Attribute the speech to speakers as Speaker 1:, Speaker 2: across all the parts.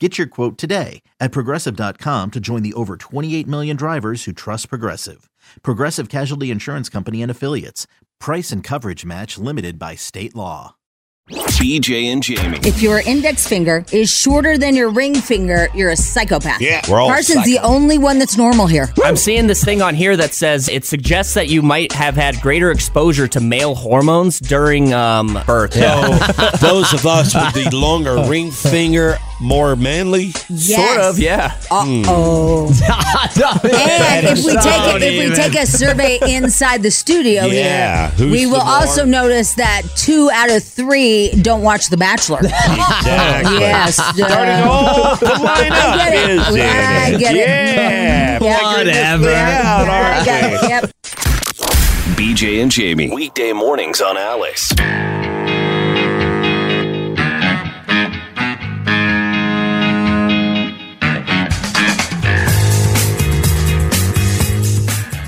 Speaker 1: Get your quote today at progressive.com to join the over 28 million drivers who trust Progressive. Progressive Casualty Insurance Company and Affiliates. Price and coverage match limited by state law.
Speaker 2: BJ and Jamie.
Speaker 3: If your index finger is shorter than your ring finger, you're a psychopath.
Speaker 2: Yeah.
Speaker 4: We're all
Speaker 3: Carson's the only one that's normal here.
Speaker 5: I'm seeing this thing on here that says it suggests that you might have had greater exposure to male hormones during um, birth.
Speaker 4: So those of us with the longer ring finger, more manly.
Speaker 3: Yes.
Speaker 5: Sort of, yeah. Hmm.
Speaker 3: Oh. and if we take it, if we take a survey inside the studio
Speaker 4: Yeah,
Speaker 3: here,
Speaker 4: who's
Speaker 3: we will
Speaker 4: the more-
Speaker 3: also notice that two out of three don't watch The Bachelor.
Speaker 4: Exactly.
Speaker 3: yes.
Speaker 4: Starting
Speaker 3: uh,
Speaker 4: off the lineup
Speaker 3: I get it.
Speaker 4: is in
Speaker 3: I get it.
Speaker 4: Yeah.
Speaker 3: Yeah.
Speaker 4: figuring this thing out,
Speaker 3: I
Speaker 4: aren't
Speaker 3: got it.
Speaker 4: we?
Speaker 3: Yep.
Speaker 2: BJ and Jamie. Weekday mornings on Alice.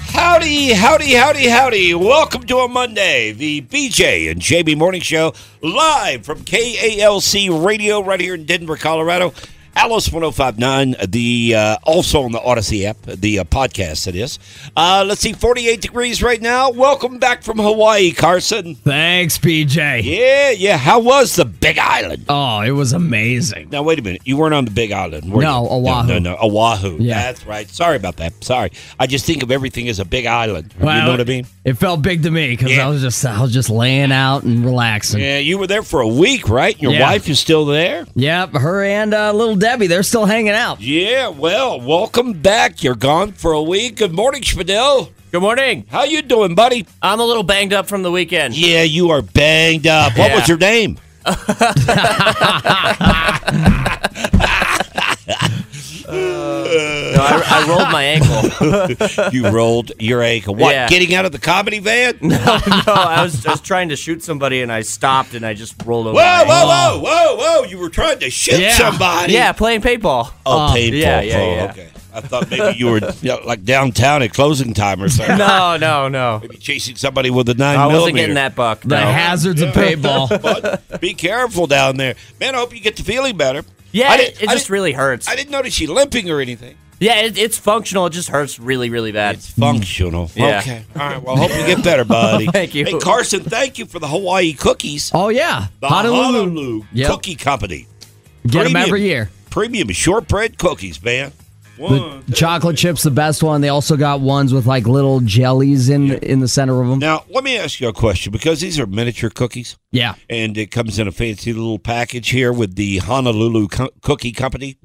Speaker 4: Howdy, howdy, howdy, howdy. Welcome to a Monday, the BJ and JB Morning Show, live from KALC Radio right here in Denver, Colorado. Alice 1059, the uh, also on the Odyssey app, the uh, podcast it is. Uh, let's see, 48 degrees right now. Welcome back from Hawaii, Carson.
Speaker 6: Thanks, BJ.
Speaker 4: Yeah, yeah. How was the Big Island?
Speaker 6: Oh, it was amazing.
Speaker 4: Now, wait a minute. You weren't on the Big Island, were
Speaker 6: No,
Speaker 4: you?
Speaker 6: Oahu.
Speaker 4: No, no, no. Oahu.
Speaker 6: Yeah.
Speaker 4: That's right. Sorry about that. Sorry. I just think of everything as a Big Island. you know what I mean?
Speaker 6: It felt big to me because
Speaker 4: Yeah.
Speaker 6: I was just I was just laying out and relaxing.
Speaker 4: Yeah, you were there for a week, right? Your
Speaker 6: Yeah.
Speaker 4: wife is still there?
Speaker 6: Yep, her and uh, little Debbie, they're still hanging out.
Speaker 4: Yeah, well, welcome back. You're gone for a week. Good morning, Spadil.
Speaker 5: Good morning.
Speaker 4: How you doing, buddy?
Speaker 5: I'm a little banged up from the weekend.
Speaker 4: Yeah, you are banged up. What
Speaker 5: Yeah.
Speaker 4: was your name?
Speaker 5: No, I, I rolled my ankle.
Speaker 4: You rolled your ankle. What,
Speaker 5: Yeah.
Speaker 4: getting out of the comedy van?
Speaker 5: no, no, I was, I was trying to shoot somebody and I stopped and I just rolled over. my
Speaker 4: Whoa,
Speaker 5: ankle.
Speaker 4: whoa, whoa, whoa, whoa. You were trying to shoot
Speaker 6: Yeah.
Speaker 4: somebody.
Speaker 5: Yeah, playing paintball.
Speaker 4: Oh, painful.
Speaker 5: yeah, yeah,
Speaker 4: oh,
Speaker 5: yeah.
Speaker 4: okay. I thought maybe you were you know, like downtown at closing time or something.
Speaker 5: No, no, no.
Speaker 4: Maybe chasing somebody with a 9
Speaker 5: I wasn't
Speaker 4: millimeter.
Speaker 5: getting that buck.
Speaker 6: The
Speaker 5: no.
Speaker 6: hazards of paintball.
Speaker 4: But be careful down there. Man, I hope you get to feeling better.
Speaker 5: Yeah,
Speaker 4: I
Speaker 5: it,
Speaker 4: didn't-
Speaker 5: it
Speaker 4: I
Speaker 5: just
Speaker 4: didn't-
Speaker 5: really hurts.
Speaker 4: I didn't notice you limping or anything.
Speaker 5: yeah, it, it's functional. It just hurts really, really bad.
Speaker 4: It's functional.
Speaker 5: Hmm. Yeah.
Speaker 4: Okay. All right. Well, hope you get better, buddy.
Speaker 5: Thank you.
Speaker 4: Hey, Carson, thank you for the Hawaii cookies.
Speaker 6: oh yeah,
Speaker 4: The
Speaker 6: Honolulu.
Speaker 4: Honolulu
Speaker 6: Yep.
Speaker 4: Cookie Company.
Speaker 6: Get them
Speaker 4: Premium.
Speaker 6: every year.
Speaker 4: Premium shortbread cookies, man.
Speaker 6: The
Speaker 4: One, two,
Speaker 6: chocolate chips, the best one. They also got ones with like little jellies in in the center of them.
Speaker 4: Now, let me ask you a question because these are miniature cookies
Speaker 6: Yeah,
Speaker 4: and it comes in a fancy little package here with the Honolulu Co- Cookie Company.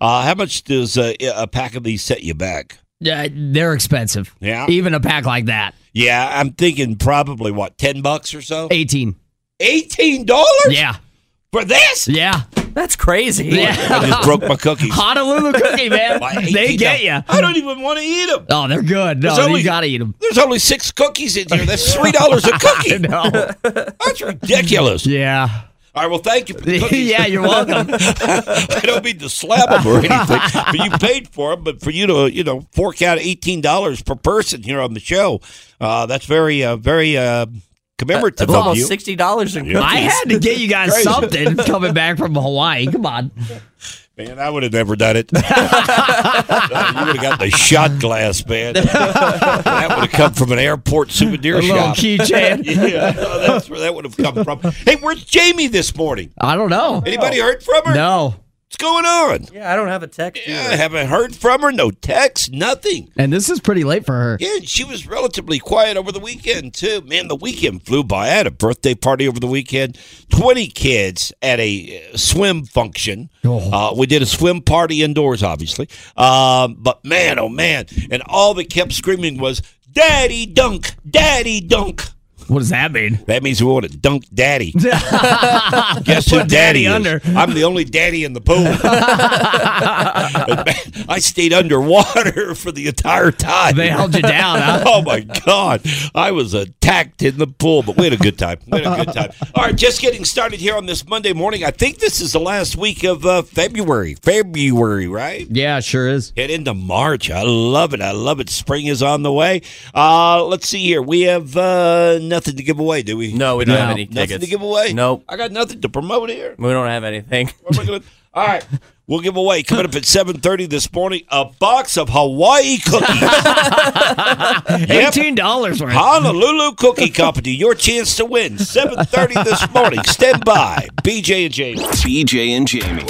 Speaker 4: Uh, how much does uh, a pack of these set you back?
Speaker 6: yeah, they're expensive.
Speaker 4: Yeah.
Speaker 6: even a pack like that,
Speaker 4: Yeah, I'm thinking probably what, 10 bucks or so?
Speaker 6: eighteen.
Speaker 4: $18
Speaker 6: Yeah,
Speaker 4: for this?
Speaker 6: yeah,
Speaker 5: That's crazy.
Speaker 4: I
Speaker 6: yeah.
Speaker 4: just broke my cookies.
Speaker 6: Honolulu cookie man,
Speaker 4: Why,
Speaker 6: they
Speaker 4: $18?
Speaker 6: get you.
Speaker 4: I don't even want to eat them.
Speaker 6: Oh, they're good. No,
Speaker 4: There's
Speaker 6: you
Speaker 4: only-
Speaker 6: gotta eat them.
Speaker 4: There's only six cookies in here. That's three dollars a cookie.
Speaker 6: No.
Speaker 4: That's ridiculous.
Speaker 6: yeah.
Speaker 4: All right, well, thank you for the cookies.
Speaker 6: yeah, you're welcome.
Speaker 4: I don't mean to slap them or anything, but you paid for them. But for you to, you know, fork out eighteen dollars per person here on the show, uh, that's very, uh, very uh, commemorative
Speaker 5: That's
Speaker 4: of
Speaker 5: almost
Speaker 4: you.
Speaker 5: sixty dollars in cookies.
Speaker 6: I had to get you guys something coming back from Hawaii. Come on.
Speaker 4: Man, I would have never done it. Uh, you would have got the shot glass, man. that would have come from an airport souvenir
Speaker 6: A little
Speaker 4: shop.
Speaker 6: keychain.
Speaker 4: yeah, that's where that would have come from. Hey, where's Jamie this morning?
Speaker 6: I don't know.
Speaker 4: Anybody heard from her?
Speaker 6: No.
Speaker 4: What's going on?
Speaker 5: Yeah, I don't have a text.
Speaker 4: Yeah, I haven't heard from her. No text, nothing.
Speaker 6: And this is pretty late for her.
Speaker 4: Yeah, and she was relatively quiet over the weekend too. Man, the weekend flew by. I had a birthday party over the weekend. Twenty kids at a uh, swim function. Uh, we did a swim party indoors, obviously. Um, but man, oh man! And all they kept screaming was "Daddy dunk, Daddy dunk."
Speaker 6: What does that mean?
Speaker 4: That means we want to dunk daddy. Guess who daddy,
Speaker 5: daddy
Speaker 4: is?
Speaker 5: under.
Speaker 4: I'm the only daddy in the pool. I stayed underwater for the entire time.
Speaker 6: They held you down, huh?
Speaker 4: Oh my God. I was attacked in the pool, but we had a good time. We had a good time. All right, just getting started here on this Monday morning. I think this is the last week of uh, February. February, right?
Speaker 6: Yeah, sure is.
Speaker 4: Head into March. I love it. I love it. Spring is on the way. Uh, let's see here. We have uh, nothing to give away, do we?
Speaker 5: No, we don't have any
Speaker 4: Nothing
Speaker 5: tickets.
Speaker 4: to give away?
Speaker 5: Nope.
Speaker 4: I got nothing to promote here.
Speaker 5: We don't have anything.
Speaker 4: What am I gonna- All right. We'll give away coming up at seven thirty this morning a box of Hawaii cookies.
Speaker 6: Eighteen dollars worth.
Speaker 4: Honolulu Cookie Company, your chance to win. Seven thirty this morning. Stand by. BJ and Jamie.
Speaker 2: BJ and Jamie.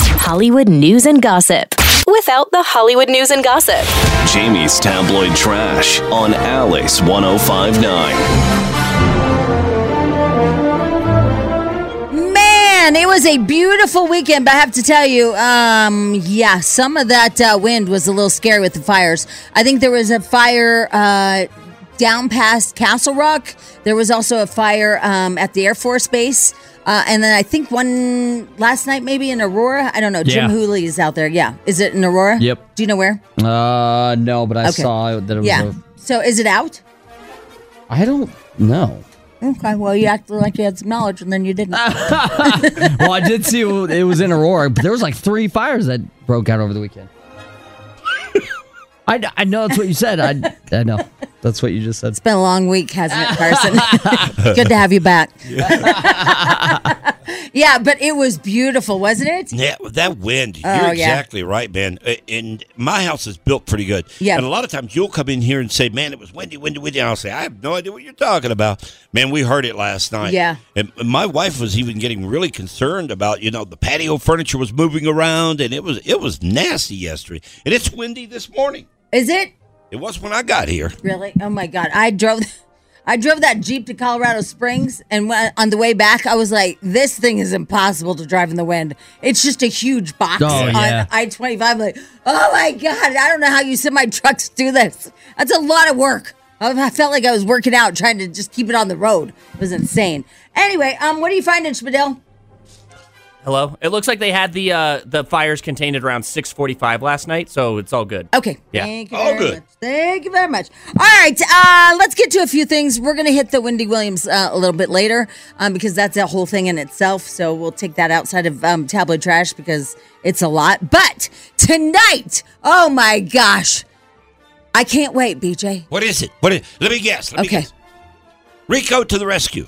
Speaker 7: Hollywood news and gossip without the Hollywood news and gossip.
Speaker 2: Jamie's tabloid trash on Alice 1059.
Speaker 3: Man, it was a beautiful weekend, but I have to tell you, um, yeah, some of that uh, wind was a little scary with the fires. I think there was a fire uh, down past Castle Rock. There was also a fire um, at the Air Force Base. Uh, and then I think one last night, maybe in Aurora. I don't know.
Speaker 6: Yeah.
Speaker 3: Jim Hooley is out there. Yeah. Is it in Aurora?
Speaker 6: Yep. Mm-hmm.
Speaker 3: Do you know where?
Speaker 6: Uh, no, but I
Speaker 3: Okay.
Speaker 6: saw that it was.
Speaker 3: yeah.
Speaker 6: A,
Speaker 3: So is it out?
Speaker 6: I don't know.
Speaker 3: Okay. Well, you acted like you had some knowledge and then you didn't.
Speaker 6: Well, I did see it was in Aurora, but there was like three fires that broke out over the weekend. I, I know that's what you said. I I know that's what you just said.
Speaker 3: It's been a long week, hasn't it, Carson? Good to have you back. Yeah. but it was beautiful, wasn't it?
Speaker 4: Yeah, with that wind.
Speaker 3: Oh, yeah.
Speaker 4: you're exactly right, man. Uh, And my house is built pretty good.
Speaker 3: Yeah.
Speaker 4: And a lot of times you'll come in here and say, "Man, it was windy, windy, windy." And I'll say, "I have no idea what you're talking about." Man, we heard it last night.
Speaker 3: Yeah.
Speaker 4: And my wife was even getting really concerned about, you know, the patio furniture was moving around, and it was it was nasty yesterday. And it's windy this morning.
Speaker 3: Is it
Speaker 4: It was when I got here.
Speaker 3: really? Oh my God! I drove, I drove that Jeep to Colorado Springs, and when, on the way back, I was like, "This thing is impossible to drive in the wind. It's just a huge box
Speaker 6: Oh,
Speaker 3: on
Speaker 6: yeah.
Speaker 3: I twenty five. Like, oh my God! I don't know how you semi trucks do this. That's a lot of work." I I felt like I was working out, trying to just keep it on the road. It was insane. Anyway, um, what do you find in Spadell?
Speaker 5: Hello. It looks like they had the uh, the fires contained at around 6:45 last night, so it's all good.
Speaker 3: Okay.
Speaker 5: Yeah.
Speaker 3: Thank you
Speaker 4: All
Speaker 3: very
Speaker 4: good.
Speaker 3: much. Thank you very much. All right. Uh, let's get to a few things. We're going to hit the Wendy Williams uh, a little bit later um, because that's a whole thing in itself. So we'll take that outside of um, tabloid trash because it's a lot. But tonight, oh my gosh, I can't wait, BJ.
Speaker 4: What is it? What? Is, let me guess. Let me
Speaker 3: Okay.
Speaker 4: guess. Rico to the rescue.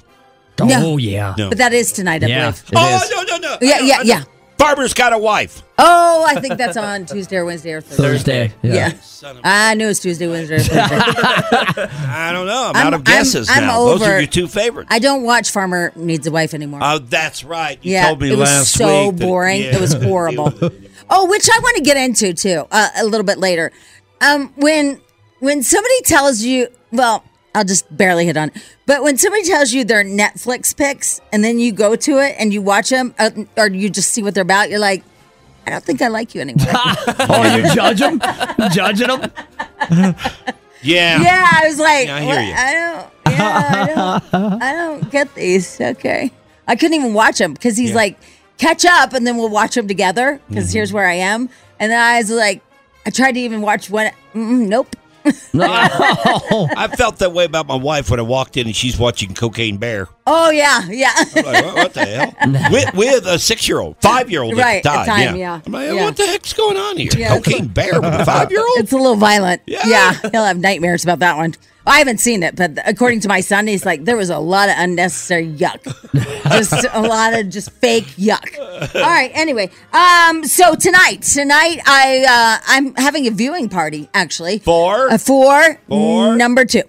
Speaker 3: No.
Speaker 6: Oh yeah,
Speaker 4: No.
Speaker 3: But that is tonight, I
Speaker 6: yeah.
Speaker 3: believe.
Speaker 6: it
Speaker 4: oh
Speaker 6: is.
Speaker 4: no no no.
Speaker 3: Yeah,
Speaker 4: I know,
Speaker 3: yeah,
Speaker 4: I know.
Speaker 3: yeah.
Speaker 4: Barbara's got a wife.
Speaker 3: Oh, I think that's on Tuesday or Wednesday or Thursday.
Speaker 6: Thursday. Yeah.
Speaker 3: Yeah.
Speaker 4: Son of a-
Speaker 3: I knew it was Tuesday, Wednesday, or Thursday.
Speaker 4: I don't know. I'm,
Speaker 3: I'm-
Speaker 4: out of guesses
Speaker 3: I'm- I'm
Speaker 4: now. Those
Speaker 3: over-
Speaker 4: are your two favorites.
Speaker 3: I don't watch Farmer Needs a Wife anymore.
Speaker 4: oh, that's right. You
Speaker 3: yeah,
Speaker 4: told me
Speaker 3: it was
Speaker 4: last
Speaker 3: so
Speaker 4: week. that-
Speaker 3: boring.
Speaker 4: yeah.
Speaker 3: It was horrible. oh, which I want to get into too uh, a little bit later. Um, when when somebody tells you, well, I'll just barely hit on, it. but when somebody tells you their Netflix picks, and then you go to it and you watch them, uh, or you just see what they're about, you're like, I don't think I like you anymore.
Speaker 6: Oh, you judge them, judging them.
Speaker 4: yeah.
Speaker 3: yeah, I was like,
Speaker 4: Yeah, I hear
Speaker 3: "What?
Speaker 4: you.
Speaker 3: I don't, yeah, I don't, I don't get these. Okay, I couldn't even watch him because he's like, catch up, and then we'll watch them together. Because
Speaker 4: Mm-hmm.
Speaker 3: here's where I am, and then I was like, I tried to even watch one. Mm, nope.
Speaker 6: No.
Speaker 4: I felt that way about my wife when I walked in and she's watching Cocaine Bear.
Speaker 3: Oh yeah, yeah.
Speaker 4: I'm like, what, what the hell? with, with a six year old, five year old
Speaker 3: Right,
Speaker 4: at the time.
Speaker 3: at time, yeah.
Speaker 4: I'm like,
Speaker 3: Yeah.
Speaker 4: what the heck's going on here?
Speaker 3: Yeah, it's-
Speaker 4: Cocaine Bear with a five year old?
Speaker 3: It's a little violent.
Speaker 4: Yeah.
Speaker 3: he'll have nightmares about that one. I haven't seen it, but according to my son, he's like, there was a lot of unnecessary yuck. just a lot of just fake yuck. All right. Anyway, um, so tonight, tonight I uh, I'm having a viewing party actually
Speaker 4: Four.
Speaker 3: uh, for
Speaker 4: For-
Speaker 3: number two.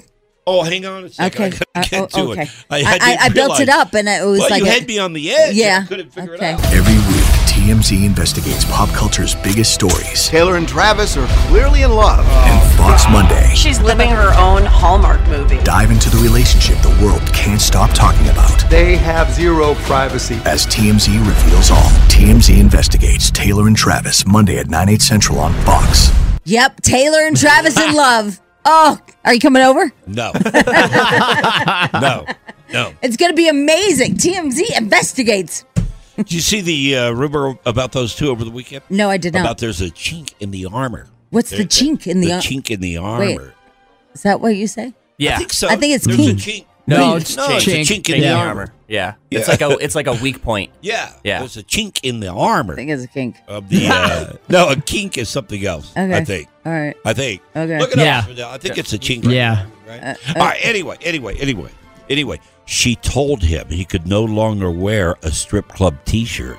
Speaker 4: Oh, hang on a second.
Speaker 3: Okay.
Speaker 4: I gotta
Speaker 3: Uh,
Speaker 4: get
Speaker 3: oh,
Speaker 4: to
Speaker 3: okay.
Speaker 4: it.
Speaker 3: I- I-
Speaker 4: didn't
Speaker 3: I built it
Speaker 4: realize-
Speaker 3: up and it was
Speaker 4: well,
Speaker 3: like
Speaker 4: you
Speaker 3: a-
Speaker 4: had me on the edge.
Speaker 3: Yeah.
Speaker 4: I couldn't figure
Speaker 3: Okay.
Speaker 4: it out.
Speaker 8: Every week, TMZ investigates pop culture's biggest stories. Taylor and Travis are clearly in love. And Fox Monday.
Speaker 9: She's living her own Hallmark movie.
Speaker 8: Dive into the relationship the world can't stop talking about. They have zero privacy. As TMZ reveals all. TMZ investigates Taylor and Travis Monday at 9, 8 central on Fox.
Speaker 3: Yep, Taylor and Travis in love. Oh, are you coming over?
Speaker 4: No. no. No.
Speaker 3: It's going to be amazing. TMZ investigates.
Speaker 4: Did you see the uh, rumor about those two over the weekend?
Speaker 3: No, I did not.
Speaker 4: About there's a chink in the armor.
Speaker 3: What's the
Speaker 4: There-
Speaker 3: chink in the ar-
Speaker 4: chink in the armor?
Speaker 3: Is that what you say?
Speaker 5: Yeah.
Speaker 4: I think so.
Speaker 3: I think it's
Speaker 4: There's
Speaker 3: kink.
Speaker 4: a chink.
Speaker 5: No,
Speaker 4: Wait,
Speaker 5: it's
Speaker 4: no, it's a
Speaker 5: chink.
Speaker 4: chink in the
Speaker 5: Yeah.
Speaker 4: armor.
Speaker 5: Yeah. It's
Speaker 4: Yeah.
Speaker 5: like a it's like a weak point.
Speaker 4: Yeah.
Speaker 5: Yeah.
Speaker 4: There's a chink in the armor. I think
Speaker 3: it's a kink.
Speaker 4: Of the uh, no, a kink is something else. I
Speaker 3: Okay.
Speaker 4: think.
Speaker 3: All right.
Speaker 4: I think.
Speaker 3: Okay. Uh,
Speaker 4: Look it
Speaker 3: Yeah.
Speaker 4: up. I think it's a chink. right
Speaker 6: Yeah.
Speaker 4: now, right? All right. Anyway. Anyway. Anyway. Anyway. She told him he could no longer wear a strip club T-shirt.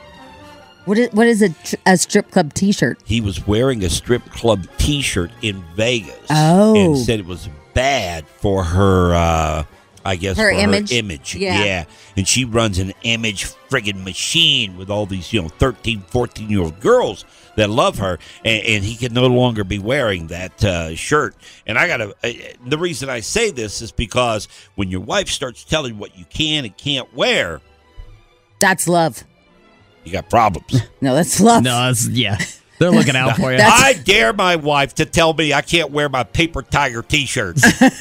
Speaker 3: What is what is a, tr- a strip club T-shirt?
Speaker 4: He was wearing a strip club T-shirt in Vegas.
Speaker 3: Oh.
Speaker 4: And said it was bad for her. Uh, I guess
Speaker 3: Her
Speaker 4: for
Speaker 3: image?
Speaker 4: Her image.
Speaker 3: Yeah.
Speaker 4: yeah. And she runs an image friggin' machine with all these, you know, 13, 14 year old girls that love her. And, and he can no longer be wearing that uh, shirt. And I got to, uh, the reason I say this is because when your wife starts telling you what you can and can't wear,
Speaker 3: That's love.
Speaker 4: you got problems.
Speaker 3: No, that's love.
Speaker 6: No, that's yeah. They're looking out for you.
Speaker 4: I dare my wife to tell me I can't wear my paper tiger T-shirts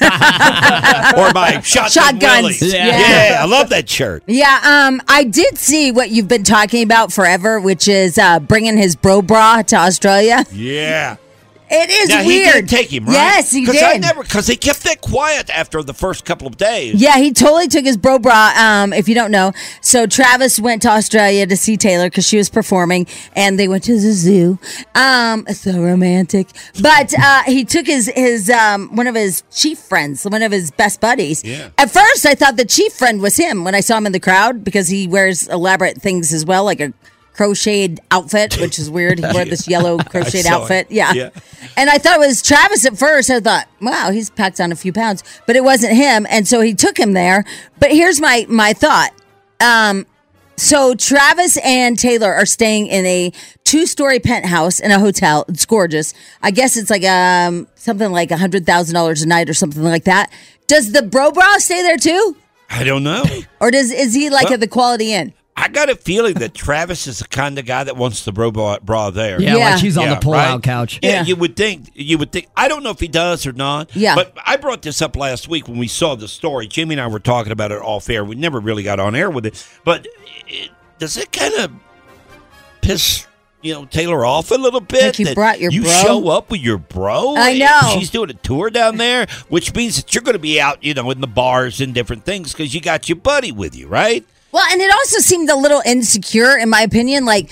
Speaker 4: or my shotgun
Speaker 3: Shotguns.
Speaker 4: Willies.
Speaker 3: Yeah.
Speaker 4: Yeah. I love that shirt.
Speaker 3: Yeah, um, I did see what you've been talking about forever, which is uh, bringing his bro bra to Australia.
Speaker 4: Yeah.
Speaker 3: It is
Speaker 4: now,
Speaker 3: weird.
Speaker 4: He did take him, right?
Speaker 3: Yes, he
Speaker 4: Because I
Speaker 3: did.
Speaker 4: never because he kept that quiet after the first couple of days.
Speaker 3: Yeah, he totally took his bro bra. Um, if you don't know, so Travis went to Australia to see Taylor because she was performing, and they went to the zoo. Um, so romantic. But uh, he took his his um one of his chief friends, one of his best buddies.
Speaker 10: Yeah.
Speaker 3: At first, I thought the chief friend was him when I saw him in the crowd because he wears elaborate things as well, like a crocheted outfit, which is weird. He wore this yellow crocheted
Speaker 10: I saw
Speaker 3: outfit.
Speaker 10: it.
Speaker 3: Yeah.
Speaker 10: Yeah.
Speaker 3: And I thought it was Travis at first. I thought, wow, he's packed on a few pounds, but it wasn't him. And so he took him there. But here's my my thought. Um, so Travis and Taylor are staying in a two story penthouse in a hotel. It's gorgeous. I guess it's like um something like a hundred thousand dollars a night or something like that. Does the bro bra stay there too,
Speaker 4: I don't know.
Speaker 3: or does is he like at the Quality Inn?
Speaker 4: I got a feeling that Travis is the kind of guy that wants the bro bra, bra there.
Speaker 6: Yeah, like Yeah. he's on the pull-out
Speaker 4: right?
Speaker 6: couch.
Speaker 4: Yeah,
Speaker 6: Yeah.
Speaker 4: you would think. You would think. I don't know if he does or not.
Speaker 6: Yeah.
Speaker 4: But I brought this up last week when we saw the story. Jimmy and I were talking about it off air. We never really got on air with it. But it, does it kind of piss you know Taylor off a little bit?
Speaker 3: you
Speaker 4: that
Speaker 3: brought your
Speaker 4: you
Speaker 3: bro?
Speaker 4: show up with your bro.
Speaker 3: I
Speaker 4: and
Speaker 3: know.
Speaker 4: she's doing a tour down there, which means that you're going to be out, you know, in the bars and different things because you got your buddy with you, right?
Speaker 3: Well, and it also seemed a little insecure, in my opinion. Like,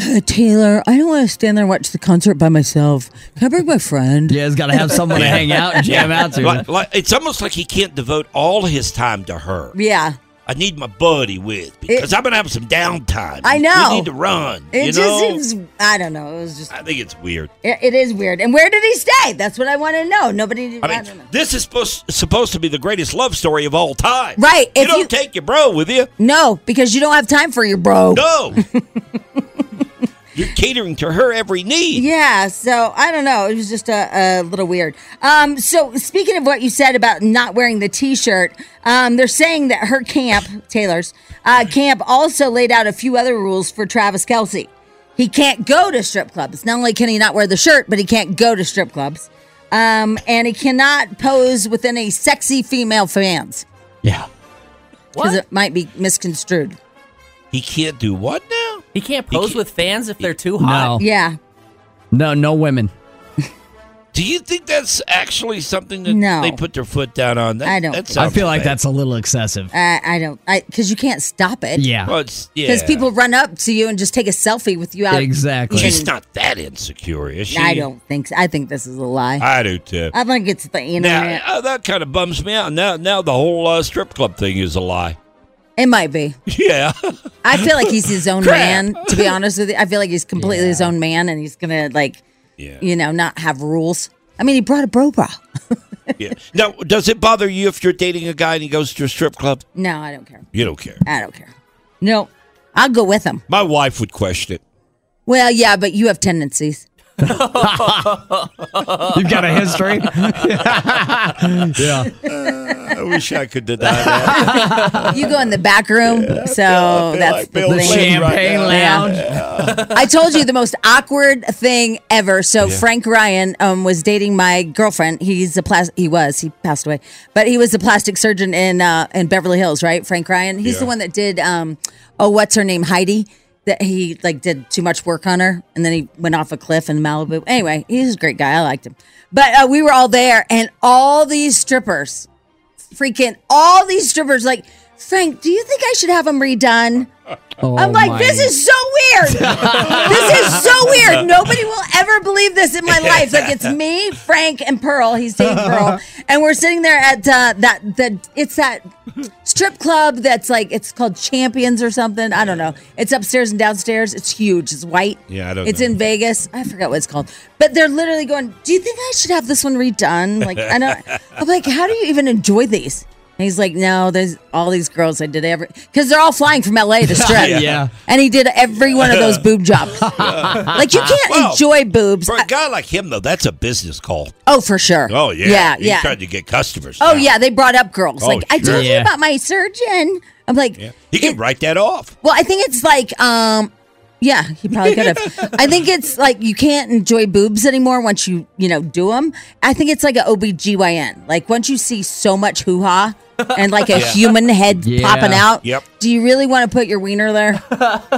Speaker 3: "Uh, Taylor, I don't want to stand there and watch the concert by myself. Can I bring my friend?
Speaker 6: Yeah, he's got to have someone to hang out and jam out to.
Speaker 4: Like, like- it's almost like he can't devote all his time to her.
Speaker 3: Yeah.
Speaker 4: I need my buddy with because I've been having some downtime.
Speaker 3: I know.
Speaker 4: We need to run.
Speaker 3: It
Speaker 4: you
Speaker 3: just
Speaker 4: know?
Speaker 3: seems, I don't know. It was just,
Speaker 4: I think it's weird.
Speaker 3: it, it is weird. And where did he stay? That's what I want to know. Nobody,
Speaker 4: I mean, this is supposed supposed to be the greatest love story of all time.
Speaker 3: Right,
Speaker 4: You
Speaker 3: if
Speaker 4: don't
Speaker 3: you-
Speaker 4: take your bro with you.
Speaker 3: no, because you don't have time for your bro.
Speaker 4: No. You're catering to her every need.
Speaker 3: Yeah, so I don't know. It was just a, a little weird. Um, so speaking of what you said about not wearing the T-shirt, um, they're saying that her camp, Taylor's uh, camp, also laid out a few other rules for Travis Kelsey. He can't go to strip clubs. Not only can he not wear the shirt, but he can't go to strip clubs, um, and he cannot pose with any sexy female fans.
Speaker 6: Yeah,
Speaker 3: because it might be misconstrued.
Speaker 4: He can't do what now?
Speaker 5: He can't pose with fans if they're too
Speaker 6: No.
Speaker 5: hot.
Speaker 3: Yeah.
Speaker 6: No, no women.
Speaker 4: Do you think that's actually something that
Speaker 3: No.
Speaker 4: they put their foot down on? That,
Speaker 3: I don't
Speaker 4: that
Speaker 3: think so.
Speaker 6: I
Speaker 4: sounds
Speaker 6: feel like
Speaker 4: bad.
Speaker 6: that's a little excessive.
Speaker 3: I, I don't, I because you can't stop it.
Speaker 4: Well, it's, yeah.
Speaker 3: Because people run up to you and just take a selfie with you out.
Speaker 6: Exactly.
Speaker 4: She's not that insecure, is she?
Speaker 3: I don't think. So. I think this is a lie.
Speaker 4: I do too.
Speaker 3: I think it's the
Speaker 4: now
Speaker 3: internet.
Speaker 4: uh, that kind of bums me out. Now, now the whole uh, strip club thing is a lie.
Speaker 3: it might be.
Speaker 4: Yeah.
Speaker 3: I feel like he's his own
Speaker 4: Crap.
Speaker 3: man. To be honest with you, I feel like he's completely his own man, and he's gonna like, you know, not have rules. I mean, he brought a bro bra.
Speaker 4: yeah. Now, does it bother you if you're dating a guy and he goes to a strip club?
Speaker 3: No, I don't care.
Speaker 4: You don't care.
Speaker 3: I don't care. No, I'll go with him.
Speaker 4: My wife would question it.
Speaker 3: Well, yeah, but you have tendencies.
Speaker 6: You've got a history. yeah.
Speaker 4: I wish I could deny that.
Speaker 3: You go in the back room, so that's the
Speaker 6: The
Speaker 3: thing.
Speaker 6: champagne lounge.
Speaker 3: I told you the most awkward thing ever. So
Speaker 6: Yeah.
Speaker 3: Frank Ryan um, was dating my girlfriend. He's a plas- He was. He passed away, but he was a plastic surgeon in uh, in Beverly Hills, right? Frank Ryan. He's the
Speaker 10: Yeah.
Speaker 3: one that did. Um, oh, what's her name? Heidi. That he like did too much work on her, and then he went off a cliff in Malibu. Anyway, he's a great guy. I liked him. But uh, we were all there, and all these strippers freaking all these strippers like Frank, do you think I should have them redone?
Speaker 6: Oh,
Speaker 3: I'm like,
Speaker 6: my.
Speaker 3: this is so weird. this is so weird. Nobody will ever believe this in my life. Like it's me, Frank, and Pearl. He's dating Pearl, and we're sitting there at uh, that the it's that strip club that's like it's called Champions or something. I don't know. It's upstairs and downstairs. It's huge. It's white.
Speaker 4: Yeah, I don't
Speaker 3: It's
Speaker 4: know.
Speaker 3: in Vegas. I forgot what it's called. But they're literally going. Do you think I should have this one redone? Like I don't. I'm like, how do you even enjoy these? And he's like, no, there's all these girls I did every because they're all flying from LA to strip.
Speaker 4: Yeah.
Speaker 3: And he did every one of those boob jobs. like you can't
Speaker 4: Well,
Speaker 3: enjoy boobs.
Speaker 4: For a guy like him, though, that's a business call.
Speaker 3: Oh, for sure.
Speaker 4: Oh yeah,
Speaker 3: Yeah,
Speaker 4: He's
Speaker 3: yeah.
Speaker 4: trying to get customers.
Speaker 3: Oh
Speaker 4: now.
Speaker 3: yeah, they brought up girls.
Speaker 4: Oh,
Speaker 3: like I
Speaker 4: sure.
Speaker 3: told you
Speaker 4: Yeah.
Speaker 3: about my surgeon. I'm like,
Speaker 4: yeah. He can write that off.
Speaker 3: well, I think it's like, um, yeah, he probably could have. I think it's like you can't enjoy boobs anymore once you, you know, do them. I think it's like an OBGYN. Like once you see so much hoo ha and like a
Speaker 4: Yeah.
Speaker 3: human head
Speaker 4: Yeah.
Speaker 3: popping out,
Speaker 4: Yep.
Speaker 3: do you really want to put your wiener there?
Speaker 4: That's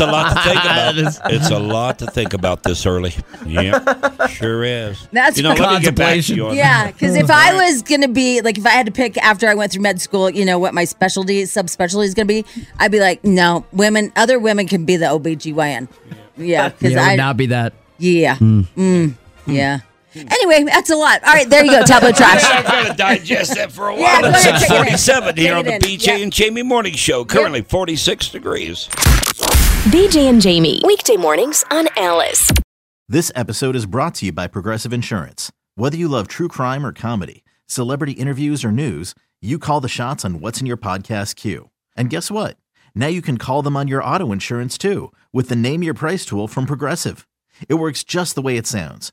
Speaker 4: a lot to think about. it's a lot to think about this early. Yeah, sure is.
Speaker 3: That's
Speaker 4: you know. Let me get back to
Speaker 6: Contemplation.
Speaker 4: you on
Speaker 3: Yeah, because if I was gonna be like, if I had to pick after I went through med school, you know what my specialty, subspecialty is gonna be, I'd be like, no, women, other women can be the OBGYN. Yeah, because
Speaker 6: yeah, it
Speaker 3: I,
Speaker 6: would not be that.
Speaker 3: yeah, Mm, yeah. Anyway, that's a lot. All right, there you go, top of the
Speaker 4: I've
Speaker 3: trash.
Speaker 4: got to digest that for a
Speaker 3: Yeah,
Speaker 4: while.
Speaker 3: go ahead,
Speaker 4: It's
Speaker 3: take it in.
Speaker 4: 47 here
Speaker 3: Take
Speaker 4: on the
Speaker 3: it in.
Speaker 4: BJ and Jamie Morning Show. Currently 46 degrees.
Speaker 7: BJ and Jamie, weekday mornings on Alice.
Speaker 1: This episode is brought to you by Progressive Insurance. Whether you love true crime or comedy, celebrity interviews or news, you call the shots on what's in your podcast queue. And guess what? Now you can call them on your auto insurance too with the Name Your Price tool from Progressive. It works just the way it sounds.